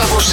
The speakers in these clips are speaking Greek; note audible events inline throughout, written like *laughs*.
Κάπως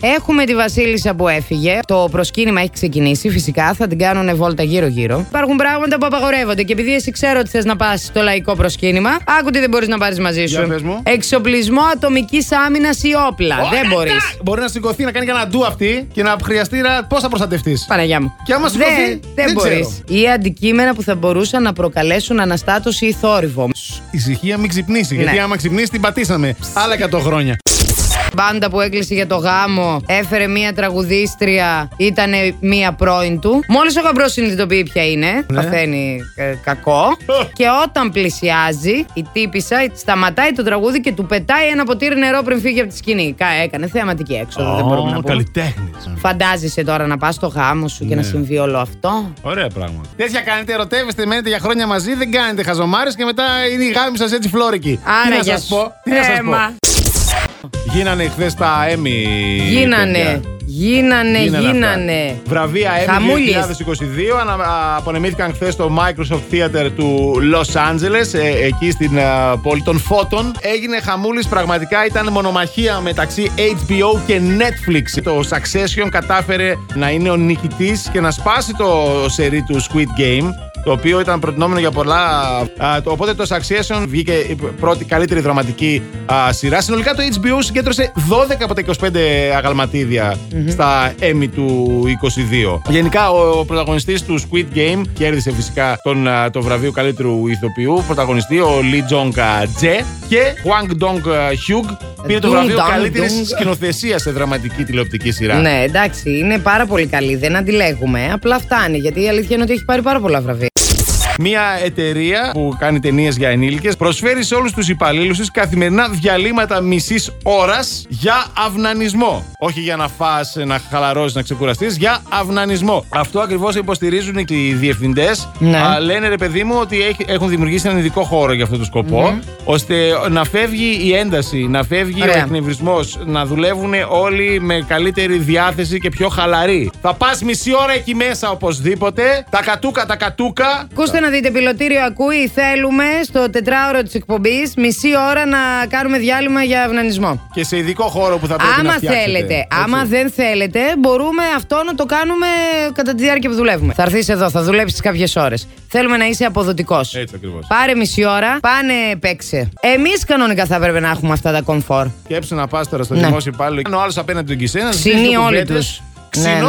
Έχουμε τη Βασίλισσα που έφυγε. Το προσκύνημα έχει ξεκινήσει. Φυσικά θα την κάνουν βόλτα γύρω-γύρω. Υπάρχουν πράγματα που απαγορεύονται. Και επειδή εσύ ξέρω ότι θες να πας στο λαϊκό προσκύνημα, άκου τι δεν μπορείς να πάρεις μαζί σου. Για πες μου. ε, Εξοπλισμό ατομικής άμυνας ή όπλα. δεν μπορεί. Μπορεί να σηκωθεί να κάνει κανένα ντου αυτή και να χρειαστεί να. Πώς θα προστατευτείς. Παναγιά μου. Και άμα σηκωθεί, δεν, δεν μπορεί. ξέρω. Ή αντικείμενα που θα μπορούσαν να προκαλέσουν αναστάτωση ή θόρυβο. Ησυχία μην ξυπνήσει. Γιατί Ναι. άμα ξυπνήσει την πατήσαμε. Άλλα 100 χρόνια. μπάντα που έκλεισε για το γάμο, έφερε μία τραγουδίστρια, ήταν μία πρώην του. Μόλις ο γαμπρό συνειδητοποιεί ποια είναι, Ναι. παθαίνει ε, κακό. και όταν πλησιάζει, η τύπησα σταματάει το τραγούδι και του πετάει ένα ποτήρι νερό πριν φύγει από τη σκηνή. Κα, έκανε θεαματική έξοδο, δεν μπορούμε να πούμε. Καλλιτέχνης. Φαντάζεσαι τώρα να πας στο γάμο σου και να Ναι. συμβεί όλο αυτό. Ωραία πράγματα. Τέτοια κάνετε, ερωτεύεστε, μένετε για χρόνια μαζί, δεν κάνετε χαζομάρες και μετά είναι η γάμη σας έτσι φλόρικη. Άρα τι για να σας πω. Τι να σας πω. Γίνανε χθες τα Emmy. Γίνανε, παιδιά. γίνανε, αυτά. γίνανε. Βραβεία Emmy Χαμούλης. 2022 ανα, α, απονεμήθηκαν χθες στο Microsoft Theater του Los Angeles, ε, εκεί στην α, πόλη των φώτων. Έγινε χαμούλης πραγματικά, ήταν μονομαχία μεταξύ HBO και Netflix. Το Succession κατάφερε να είναι ο νικητής και να σπάσει το σερί του Squid Game το οποίο ήταν προτινόμενο για πολλά. α, το- οπότε το Succession βγήκε η πρώτη καλύτερη δραματική α, σειρά. Συνολικά το HBO συγκέντρωσε 12 από τα 25 αγαλματιδια στα Emmy του 22. Γενικά ο, πρωταγωνιστής του Squid Game κέρδισε φυσικά τον, α, το βραβείο καλύτερου ηθοποιού. Πρωταγωνιστή ο Lee Jong Jae και Hwang Dong Hyuk πήρε το Dong βραβείο Dong καλύτερης Dong. σκηνοθεσίας σε δραματική τηλεοπτική σειρά. Ναι, εντάξει, είναι πάρα πολύ καλή. Δεν αντιλέγουμε. Απλά φτάνει. Γιατί η αλήθεια είναι ότι έχει πάρει πάρα πολλά βραβεία. Μια εταιρεία που κάνει ταινίες για ενήλικες προσφέρει σε όλους τους υπαλλήλους της καθημερινά διαλύματα μισής ώρας για αυνανισμό. Όχι για να φά, να χαλαρώσεις, να ξεκουραστείς, για αυνανισμό. Αυτό ακριβώς υποστηρίζουν και οι διευθυντές. Ναι. Λένε ρε παιδί μου ότι έχ- έχουν δημιουργήσει έναν ειδικό χώρο για αυτό το σκοπο ώστε να φεύγει η ένταση, να φεύγει Ναι. ο Ωραία. εκνευρισμός, να δουλεύουν όλοι με καλύτερη διάθεση και πιο χαλαρή. Θα πας μισή ώρα εκεί μέσα οπωσδήποτε. Τα κατούκα, τα κατούκα. Ακούστε να δείτε, πιλωτήριο ακούει. Θέλουμε στο τετράωρο της εκπομπής μισή ώρα να κάνουμε διάλειμμα για αυνανισμό. Και σε ειδικό χώρο που θα πρέπει άμα να φτιάξετε. θέλετε, Έτσι. άμα δεν θέλετε, μπορούμε αυτό να το κάνουμε κατά τη διάρκεια που δουλεύουμε. Θα έρθεις εδώ, θα δουλέψεις κάποιες ώρες. Θέλουμε να είσαι αποδοτικός. Έτσι ακριβώς. Πάρε μισή ώρα, πάνε παίξε. Εμείς κανονικά θα έπρεπε να έχουμε αυτά τα κομφόρ. Σκέψου να πας τώρα στο Ναι. δημόσιο υπάλληλο. Αν ο άλλος απέναντι τον κυσένα, Ξυνεί όλοι τους. Ξινό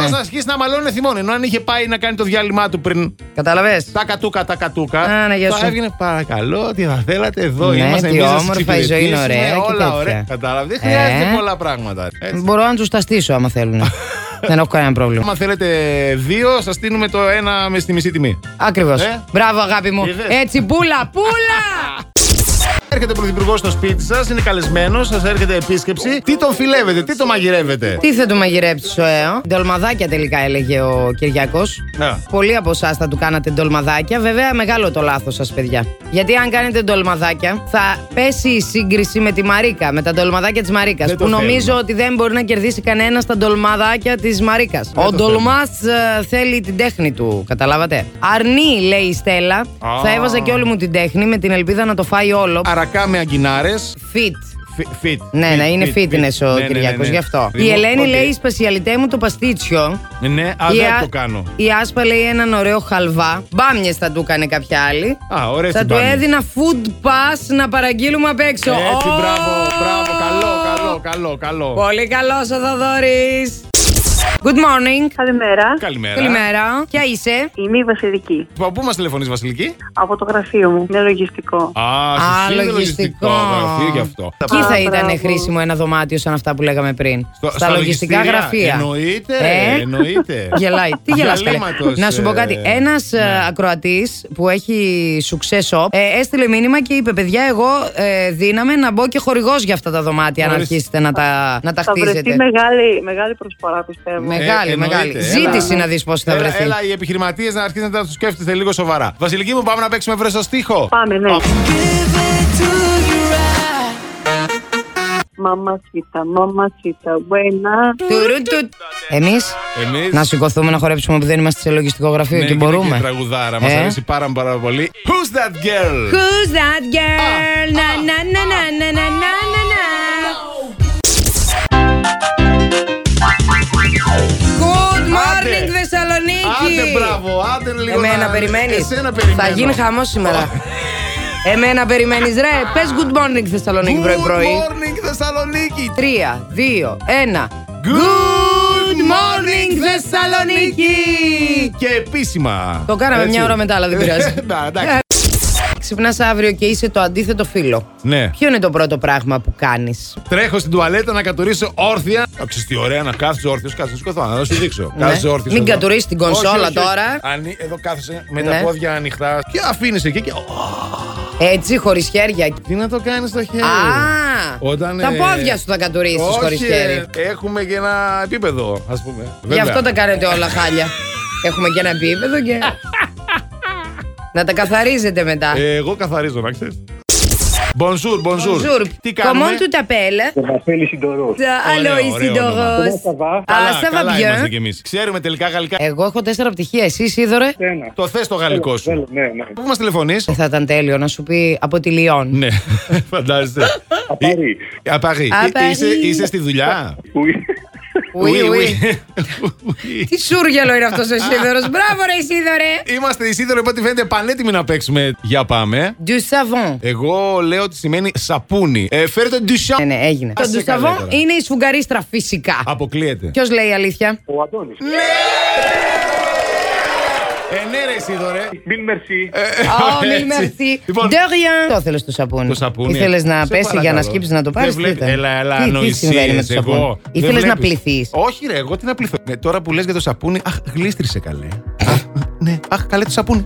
Ναι, ναι. να αρχίσει να μαλώνει θυμόν. Ενώ αν είχε πάει να κάνει το διάλειμμα του πριν Καταλαβες. τα κατούκα, τα κατούκα. Α, ναι, γεια θα σου. έβγαινε παρακαλώ, τι θα θέλατε εδώ. Ναι, είμαστε τι εμείς να σας όμορφα, η ζωή είναι εξυπηρετήσουμε, ωραία και Όλα τέτοια. ωραία. Κατάλαβες. Δεν Ε. χρειάζεται πολλά πράγματα. Έτσι. Μπορώ να τους τα στήσω άμα *laughs* θέλουν. Δεν έχω κανένα πρόβλημα. Άμα θέλετε δύο, σας στείλουμε το ένα με στη μισή τιμή. Ακριβώς. Ε. Μπράβο, αγάπη μου. Είδες. Έτσι, πουλα, *laughs* πουλα! Έρχεται πρωθυπουργός στο σπίτι σας, είναι καλεσμένος, σας έρχεται επίσκεψη. Τι τον φιλεύετε, τι τον μαγειρεύετε. Τι θα του μαγειρέψει ο ΑΕΟ. Ντολμαδάκια τελικά έλεγε ο Κυριακό. Να. Πολλοί από εσάς θα του κάνατε ντολμαδάκια. Βέβαια, μεγάλο το λάθος σας, παιδιά. Γιατί αν κάνετε ντολμαδάκια, θα πέσει η σύγκριση με τη Μαρίκα, με τα ντολμαδάκια της Μαρίκας. Δεν το Που νομίζω θέλουμε. ότι δεν μπορεί να κερδίσει κανένας τα ντολμαδάκια της Μαρίκας. Ο το ντολμά θέλει την τέχνη του, καταλάβατε. Αρνεί, λέει η Στέλλα. Α. Θα έβαζα και όλη μου την τέχνη με την ελπίδα να το φάει όλο. Αρακά με αγκινάρες. Fit. Fit. Ναι, Fit, ναι, είναι fit, fitness ο fit. Ναι, ναι, Κυριακός, ναι, ναι. γι' αυτό. Η Λοιπόν, Ελένη οκ. λέει: Σπασιαλιτέ μου το παστίτσιο. Ναι, α, Η δεν Α- το κάνω. Η Άσπα λέει έναν ωραίο χαλβά. Μπάμιες θα του έκανε κάποια άλλη. Α, ωραίες Θα οι του μπάμιες. έδινα food pass να παραγγείλουμε απ' έξω. Έτσι, Ω! μπράβο, μπράβο. Καλό, καλό, καλό, καλό. Πολύ καλό ο Θοδωρής. Good morning. Καλημέρα. Καλημέρα. Καλημέρα. Ποια είσαι. Είμαι η Βασιλική. Πα- Πού μας τηλεφωνείς, Βασιλική? Από το γραφείο μου. Είναι λογιστικό. Α, Α, σου στείλει λογιστικό. Γραφείο γι' αυτό. Εκεί θα Α, ήταν μπράβο. χρήσιμο ένα δωμάτιο σαν αυτά που λέγαμε πριν. Στο- στα στα λογιστικά λογιστήρια. γραφεία. Εννοείται, Ε. εννοείται. *laughs* Γελάει. Τι γελάς καλέ. Γυαλήματος, Να σου πω κάτι. ε, Ένα ακροατής που έχει success shop ε, έστειλε μήνυμα και είπε: Παιδιά, εγώ ε, δύναμαι να μπω και χορηγός για αυτά τα δωμάτια, αν Ορίστε. αρχίσετε να τα, να τα Θα βρεθεί χτίζετε. μεγάλη, μεγάλη προσφορά, πιστεύω. Ναι. Με- Μεγάλη, μεγάλη. Ε, εννοείται. Ζήτηση Έλα. να δεις πώς θα Έλα, βρεθεί. Έλα, οι επιχειρηματίες να αρχίσετε να του σκέφτεστε λίγο σοβαρά. Βασιλική μου, πάμε να παίξουμε βρεσοστίχο. Πάμε, ναι. Α. Μαμασίτα, μαμασίτα, buena. Εμείς Εμείς- να σηκωθούμε να χορέψουμε που δεν είμαστε σε λογιστικό γραφείο Ναι, και είναι μπορούμε. η τραγουδάρα, μας Ε. αρέσει πάρα, πάρα πολύ. Who's that girl? Ah, Who's that girl? Να, να, να, να, να, να, να, να, να. μπράβο, άντε λίγο. Εμένα να- περιμένεις. Εσένα περιμένω. Θα γίνει χαμός *laughs* σήμερα. Εμένα περιμένεις, ρε. Πες good morning Θεσσαλονίκη πρωί-πρωί. Good morning Θεσσαλονίκη. Τρία, δύο, ένα. Good morning, Θεσσαλονίκη! Και επίσημα. Το κάναμε Έτσι. μια ώρα μετά, αλλά δεν πειράζει. *laughs* Να, εντάξει. Ξυπνάς αύριο και είσαι το αντίθετο φίλο. Ναι. Ποιο είναι το πρώτο πράγμα που κάνεις. Τρέχω στην τουαλέτα να κατουρίσω όρθια. Αξίζει τι ωραία να κάθεσαι όρθιος, κάθεσαι σκοτώ. Να σου δείξω. Κάθεσαι όρθιος. Ναι. Μην κατουρίσεις την κονσόλα τώρα. Ανοί, εδώ κάθεσαι με Ναι. τα πόδια ανοιχτά. Και αφήνεις εκεί. Και... Έτσι, χωρίς χέρια. Τι να το κάνεις στο χέρι. Α! Όταν, τα ε, πόδια σου θα κατουρίσεις όχι, χωρίς χέρι. ε, Έχουμε και ένα επίπεδο, ας πούμε. Γι' Βέβαια. αυτό τα κάνετε όλα χάλια. Έχουμε και ένα επίπεδο *laughs* και. να τα καθαρίζετε μετά. Ε, εγώ καθαρίζω, να ξέρεις. Bonjour, bonjour. Bonjour. Τι κάνουμε. Comment tout appelle Ραφαίλη Συντορό. Allô, ωραίο ici όνομα. Doros. Comment ça va? Ah, Καλά, ça va καλά είμαστε κι bien. εμείς. Ξέρουμε τελικά γαλλικά. Εγώ έχω τέσσερα πτυχία. Εσύ, Σίδωρε. Ένα. Το θες το γαλλικό σου. Θέλω, ναι, ναι. Πού μας τηλεφωνείς. Θα ήταν τέλειο να σου πει από τη Λιόν. ναι, *laughs* φαντάζεσαι. Απαρή. Ε, Απαρή. Α, Ε, Παρί. Είσαι, είσαι στη δουλειά. Ουι. Ουι, Oui, ουι. oui. Oui. Τι σούργελο είναι αυτός ο Σίδωρο. Μπράβο, ρε Ε. Σίδωρε. *laughs* Είμαστε οι σίδεροι, οπότε φαίνεται πανέτοιμοι να παίξουμε. Για πάμε. Du savon. Εγώ λέω ότι σημαίνει σαπούνι. Ε, φέρετε Ναι, ντουσιά. ναι, έγινε. Το Ας σε du καλά savon τώρα. είναι η σφουγγαρίστρα φυσικά. Αποκλείεται. Ποιος λέει η αλήθεια. Ο Αντώνης. Ε, ναι, ρε, Σίδωρε. Μην μερσί. Oh, Έτσι. mille merci. Λοιπόν, De rien. Το ήθελε το σαπούνι. Το σαπούνι. ε, Ήθελες να Σε πέσει για να παρακαλώ. σκύψεις να το πάρει. Δεν βλέπ- Έλα, έλα, Τι συμβαίνει με το ανοησίες, σαπούνι. εγώ. Ήθελες Δεν να βλέπεις. πληθείς. Όχι, ρε, εγώ τι να πληθώ. Ε, τώρα που λες για το σαπούνι, αχ, γλίστρισε καλέ. Αχ, ναι, αχ, καλέ το σαπούνι.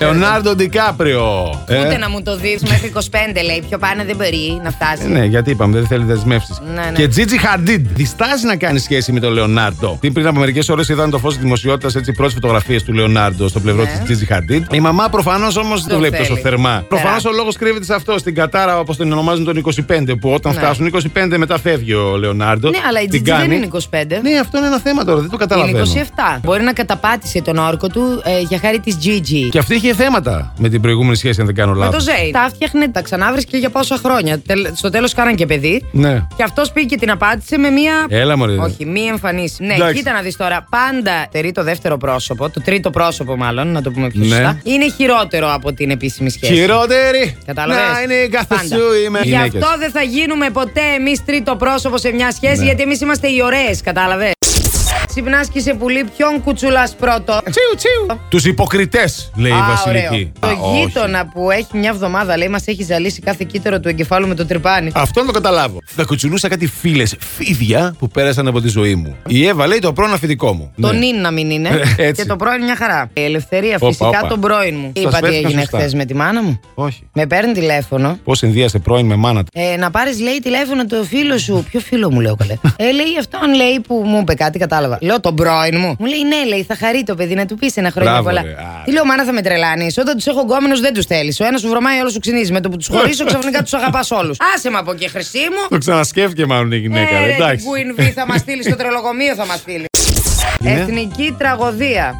Λεωνάρντο Ε, Ντικάπριο. Ούτε να μου το δεις μέχρι 25 λέει. Πιο πάνω δεν μπορεί να φτάσει. Ναι, γιατί είπαμε, δεν θέλει δεσμεύσεις. Ναι, ναι. Και Τζίτζι Χαντίντ διστάζει να κάνει σχέση με τον Λεωνάρντο. Την πριν από μερικές ώρες είδαν το φως της δημοσιότητας έτσι πρώτες φωτογραφίες του Λεωνάρντο στο πλευρό Ναι. της τη Τζίτζι Χαντίντ. Η μαμά προφανώς όμως δεν το βλέπει θέλει. Ναι. τόσο θερμά. Προφανώς ο λόγος κρύβεται σε αυτό, στην κατάρα όπως τον ονομάζουν τον 25, που όταν Ναι. φτάσουν 25 μετά φεύγει ο Λεωνάρντο. Ναι, αλλά η Την Τζιτζι δεν κάνει. είναι 25. Ναι, αυτό είναι ένα θέμα τώρα, δεν το Είναι καταλαβαίνω. 27. Μπορεί να καταπάτησε τον όρκο του ε, για χάρη της Gigi. Και αυτή είχε θέματα με την προηγούμενη σχέση, αν δεν κάνω Με το λάθο. Ζέιν. Τα φτιάχνε, τα ξανάβρισκε για πόσα χρόνια. Τελ- Στο τέλος κάναν και παιδί. Ναι. Και αυτός πήγε και την απάντησε με μία. Έλα, μωρέ. Όχι, μία εμφανίση. Ναι, Ε, Εντάξει. κοίτα να δεις τώρα. Πάντα στερεί το δεύτερο πρόσωπο, το τρίτο πρόσωπο μάλλον, να το πούμε πιο Ναι. σωστά. Είναι χειρότερο από την επίσημη σχέση. Χειρότερη. Κατάλαβες? Να είναι η κάθε Πάντα. σου είμαι. Γι' Γυναίκες. αυτό δεν θα γίνουμε ποτέ εμείς τρίτο πρόσωπο σε μια σχέση, Ναι. γιατί εμείς είμαστε οι ωραίες, κατάλαβες. Ξυπνάς και σε πουλί, ποιον κουτσούλα πρώτο. Τσιου, τσιου. Τους υποκριτές, λέει Ε, η Α, Βασιλική. ωραίο. Α, Το όχι. γείτονα που έχει μια εβδομάδα λέει μας έχει ζαλίσει κάθε κύτταρο του εγκεφάλου με το τρυπάνι. Αυτό να το καταλάβω. Θα κουτσουλούσα κάτι φίλες φίδια που πέρασαν από τη ζωή μου. Η Εύα λέει το πρώην αφεντικό μου. Το Ναι. νυν να μην είναι. Έτσι. και το πρώην μια χαρά. Η ελευθερία Όπα, φυσικά όπα. τον πρώην μου. Σας Είπα τι βρέθηκα έγινε σωστά. χθες με τη μάνα μου. Όχι. Με παίρνει τηλέφωνο. Πώς συνδύασε πρώην με μάνα του. Ε, να πάρεις, λέει, τηλέφωνο το φίλο σου. Ποιο φίλο μου, λέω *laughs* καλέ. Ε, λέει αυτόν, λέει που μου είπε κάτι, κατάλαβα. Λέω τον πρώην μου. Μου λέει, ναι, λέει, θα χαρεί το παιδί να του πεις ένα χρόνο Μπράβο, πολλά. ρε, α. Τι λέω, μάνα θα με τρελάνεις. Όταν τους έχω γκόμενους δεν τους θέλεις. Ο ένας σου βρωμάει, ο άλλος σου ξυνίζει. Με το που *laughs* τους χωρίσω ξαφνικά τους αγαπάς όλους. Άσε με από εκεί, χρυσή μου. Το ξανασκέφτηκε μάλλον η γυναίκα. Ε, ρε, ρε, Ναι, εντάξει. την Queen V θα μας στείλει στο τρελοκομείο, θα μας στείλει. Ναι. Εθνική τραγωδία.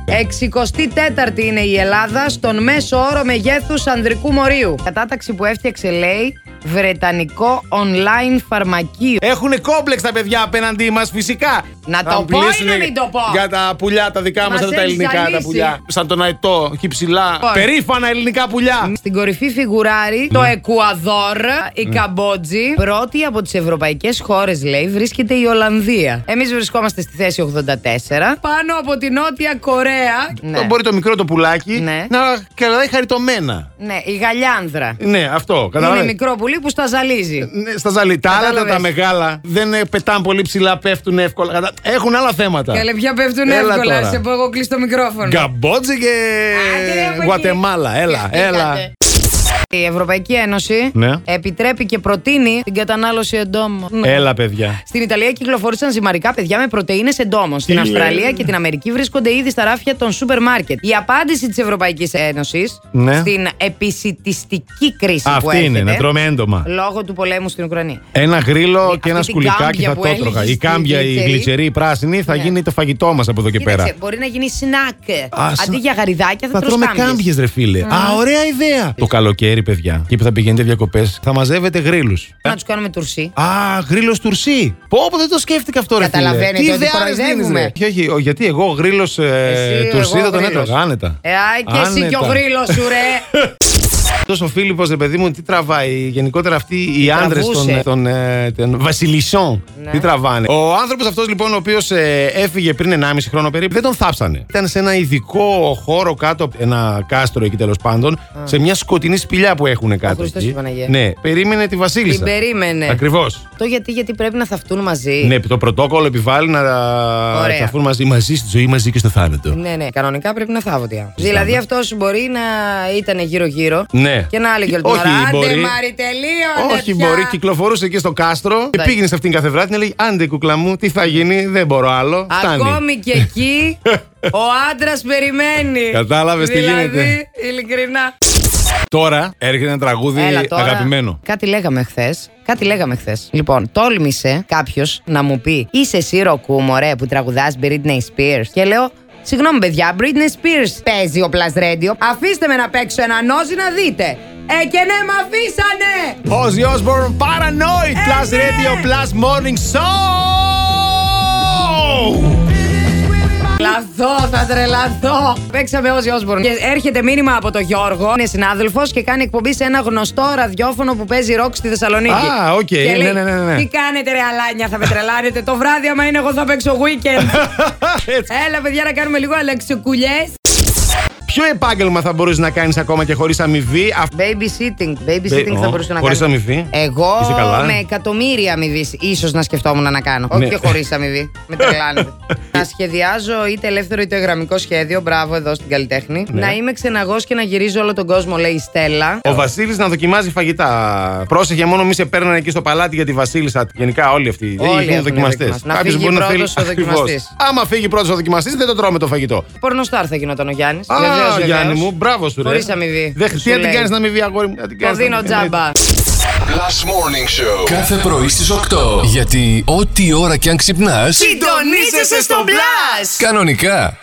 64η είναι η Ελλάδα στον μέσο όρο μεγέθους ανδρικού μορίου. Κατάταξη που έφτιαξε, λέει, Βρετανικό online φαρμακείο. Έχουν κόμπλεξ τα παιδιά απέναντί μας, φυσικά. Να Θα το μου πω ή μιλήσουν να μην το πω? Για τα πουλιά τα δικά μα, Μας αυτά τα έχεις ελληνικά τα ζαλίσει. πουλιά. Σαν τον Αετό, εκεί ψηλά. Λοιπόν. Περήφανα ελληνικά πουλιά. Στην κορυφή φιγουράρει το Εκουαδόρ, η Καμπότζη. Πρώτη από τις ευρωπαϊκές χώρες, λέει, βρίσκεται η Ολλανδία. Εμείς βρισκόμαστε στη θέση 84. Πάνω από τη Νότια Κορέα. Ναι, Μπορεί το μικρό το πουλάκι Ναι. να κρατάει χαριτωμένα. ναι η Γαλιάνδρα. Ναι, αυτό. Είναι Καταλαβαίνεις. μικρό πουλί που στα ζαλίζει. Ναι, στα ζαλί. Τα άλλα τα, Κατάλαβες. τα μεγάλα δεν ε, πετάνε πολύ ψηλά, πέφτουν εύκολα. Κατα- Έχουν άλλα θέματα. Καλέ, πια πέφτουν Έλα εύκολα. τώρα. Σε πω εγώ κλείσω το μικρόφωνο. Γκαμπότζη και Άντε, ρε, από εκεί. Γουατεμάλα. Έλα, έλα. Η Ευρωπαϊκή Ένωση Ναι. επιτρέπει και προτείνει την κατανάλωση εντόμων. Ναι. Έλα, παιδιά. Στην Ιταλία κυκλοφόρησαν ζυμαρικά παιδιά με πρωτενε εντόμων. Στην Αυστραλία και την Αμερική βρίσκονται ήδη στα ράφια των σούπερ μάρκετ. Η απάντηση της Ευρωπαϊκής Ένωσης Ναι. στην επισητιστική κρίση που Αυτή έρχεται είναι, να τρώμε έντομα. λόγω του πολέμου στην Ουκρανία. Ένα γρίλο και ένα την σκουλικάκι κάμπια θα που το έτρωγα. έλεγες Η κάμπια, στην η γλυτσερή. γλυτσερή, η πράσινη θα Ναι. γίνει το φαγητό μας από εδώ και Κοίταξε, πέρα. μπορεί να γίνει σνακ. Α, Αντί σνα- για γαριδάκια θα, Θα τρως τρώμε κάμπιες. κάμπιες, ρε φίλε. Α, ωραία ιδέα. Το καλοκαίρι καλοκαίρι, παιδιά, εκεί που θα πηγαίνετε διακοπές, θα μαζεύετε γρήλους. Να τους κάνουμε τουρσί. Α, γρήλος τουρσί. Πω, πω, δεν το σκέφτηκα αυτό, ρε φίλε. Καταλαβαίνετε Τι ότι ιδεάρες κοροϊδεύουμε. δίνεις, ρε. Όχι, όχι, γιατί εγώ γρήλος Εσύ, τουρσί εγώ, θα ε, τον γρήλος. έτρωγα άνετα. Ε, α, και εσύ και ο Άνετα. γρήλος σου, *laughs* ρε. Αυτός ο Φίλιππος, ρε παιδί μου, τι τραβάει. Γενικότερα αυτοί οι άντρες των, τραβούσε. των, ε, των βασιλισσών. Ναι. Τι τραβάνε. Ο άνθρωπος αυτός, λοιπόν, ο οποίος έφυγε πριν 1,5 χρόνο περίπου, δεν τον θάψανε. Ήταν σε ένα ειδικό χώρο κάτω από ένα κάστρο εκεί τέλος πάντων, σε μια σκοτεινή σπηλιά που έχουν κάτω. Χριστός εκεί. και η Παναγία. Ναι, περίμενε τη Βασίλισσα. Την περίμενε. Ακριβώς. Το γιατί, γιατί πρέπει να θαυτούν μαζί. Ναι, το πρωτόκολλο επιβάλλει να Ωραία. ταφούν μαζί, μαζί στη ζωή, μαζί και στο θάνατο. Ναι, ναι, κανονικά πρέπει να θάβονται. οι άνθρωποι. Δηλαδή αυτός μπορεί να ήταν γύρω-γύρω Ναι. και να έλεγε όλη την Όχι, ώρα. Άντε, μπορεί. Μάρι, τελείωνε. Όχι, πια». μπορεί, κυκλοφορούσε εκεί στο κάστρο και Ναι. πήγαινε σε αυτήν κάθε βράδυ και έλεγε Άντε, κουκλά μου, τι θα γίνει, δεν μπορώ άλλο. Φτάνει. Ακόμη και *laughs* εκεί ο άντρας περιμένει. Κατάλαβες τι δηλαδή, γίνεται. ειλικρινά. Τώρα έρχεται ένα τραγούδι Έλα τώρα. αγαπημένο. Κάτι λέγαμε χθες. Κάτι λέγαμε χθες. Λοιπόν, τόλμησε κάποιος να μου πει Είσαι εσύ ροκούμορε που τραγουδάς Britney Spears. Και λέω, Συγγνώμη, παιδιά, Britney Spears παίζει ο Plus Radio. Αφήστε με να παίξω ένα νόζι να δείτε. Ε, και ναι, μ' αφήσανε! Ozzy Osbourne Paranoid Plus ναι. Radio Plus Morning Show! Τρελαθώ, θα τρελαθώ. Παίξαμε Όζι Όσμπορν. Και έρχεται μήνυμα από τον Γιώργο, είναι συνάδελφος και κάνει εκπομπή σε ένα γνωστό ραδιόφωνο που παίζει ροκ στη Θεσσαλονίκη. Α, οκ, Και ναι, λέει, ναι, ναι, ναι. Τι κάνετε, ρε Αλάνια, θα με τρελάνετε. το βράδυ, άμα είναι, εγώ θα παίξω *laughs* weekend. Ε. Έτσι. Έλα, παιδιά, να κάνουμε λίγο αλεξικουλιές. Ποιο επάγγελμα θα μπορούσε να κάνεις ακόμα και χωρίς αμοιβή. Αυτό Babysitting. Babysitting Μπε- θα ω, μπορούσα να κάνω. χωρίς αμοιβή. Εγώ Είσαι καλά. ε? με εκατομμύρια αμοιβή ίσως να σκεφτόμουν να κάνω. Ναι. Όχι και χωρίς αμοιβή. Με *laughs* τρελάνετε. να σχεδιάζω είτε ελεύθερο είτε γραμμικό σχέδιο. Μπράβο εδώ στην καλλιτέχνη. Ναι. Να είμαι ξεναγός και να γυρίζω όλο τον κόσμο, λέει η Στέλλα. Ο Βασίλης να δοκιμάζει φαγητά. Πρόσεχε μόνο μη σε παίρνανε εκεί στο παλάτι για τη Βασίλισσα. Γενικά όλοι αυτοί Όλοι είναι έχουν δοκιμαστές. δοκιμαστές. Να φύγει πρώτος *laughs* ο δοκιμαστής. Άμα φύγει πρώτος ο δοκιμαστής, δεν το τρώμε το φαγητό. Πορνοστάρ θα γινόταν ο Γιάννης. Α, Γιάννη μου, μπράβο σου, ρε. Χωρίς αμοιβή. Δεν Σου τι να την λέει. κάνεις να αμοιβή, αγόρι μου. να την Το κάνεις να δίνω μην- ναι. τζάμπα. Last Morning Show. Κάθε πρωί στις 8. Γιατί ό,τι ώρα κι αν ξυπνάς, Συντονίζεσαι στο μπλα! κανονικά.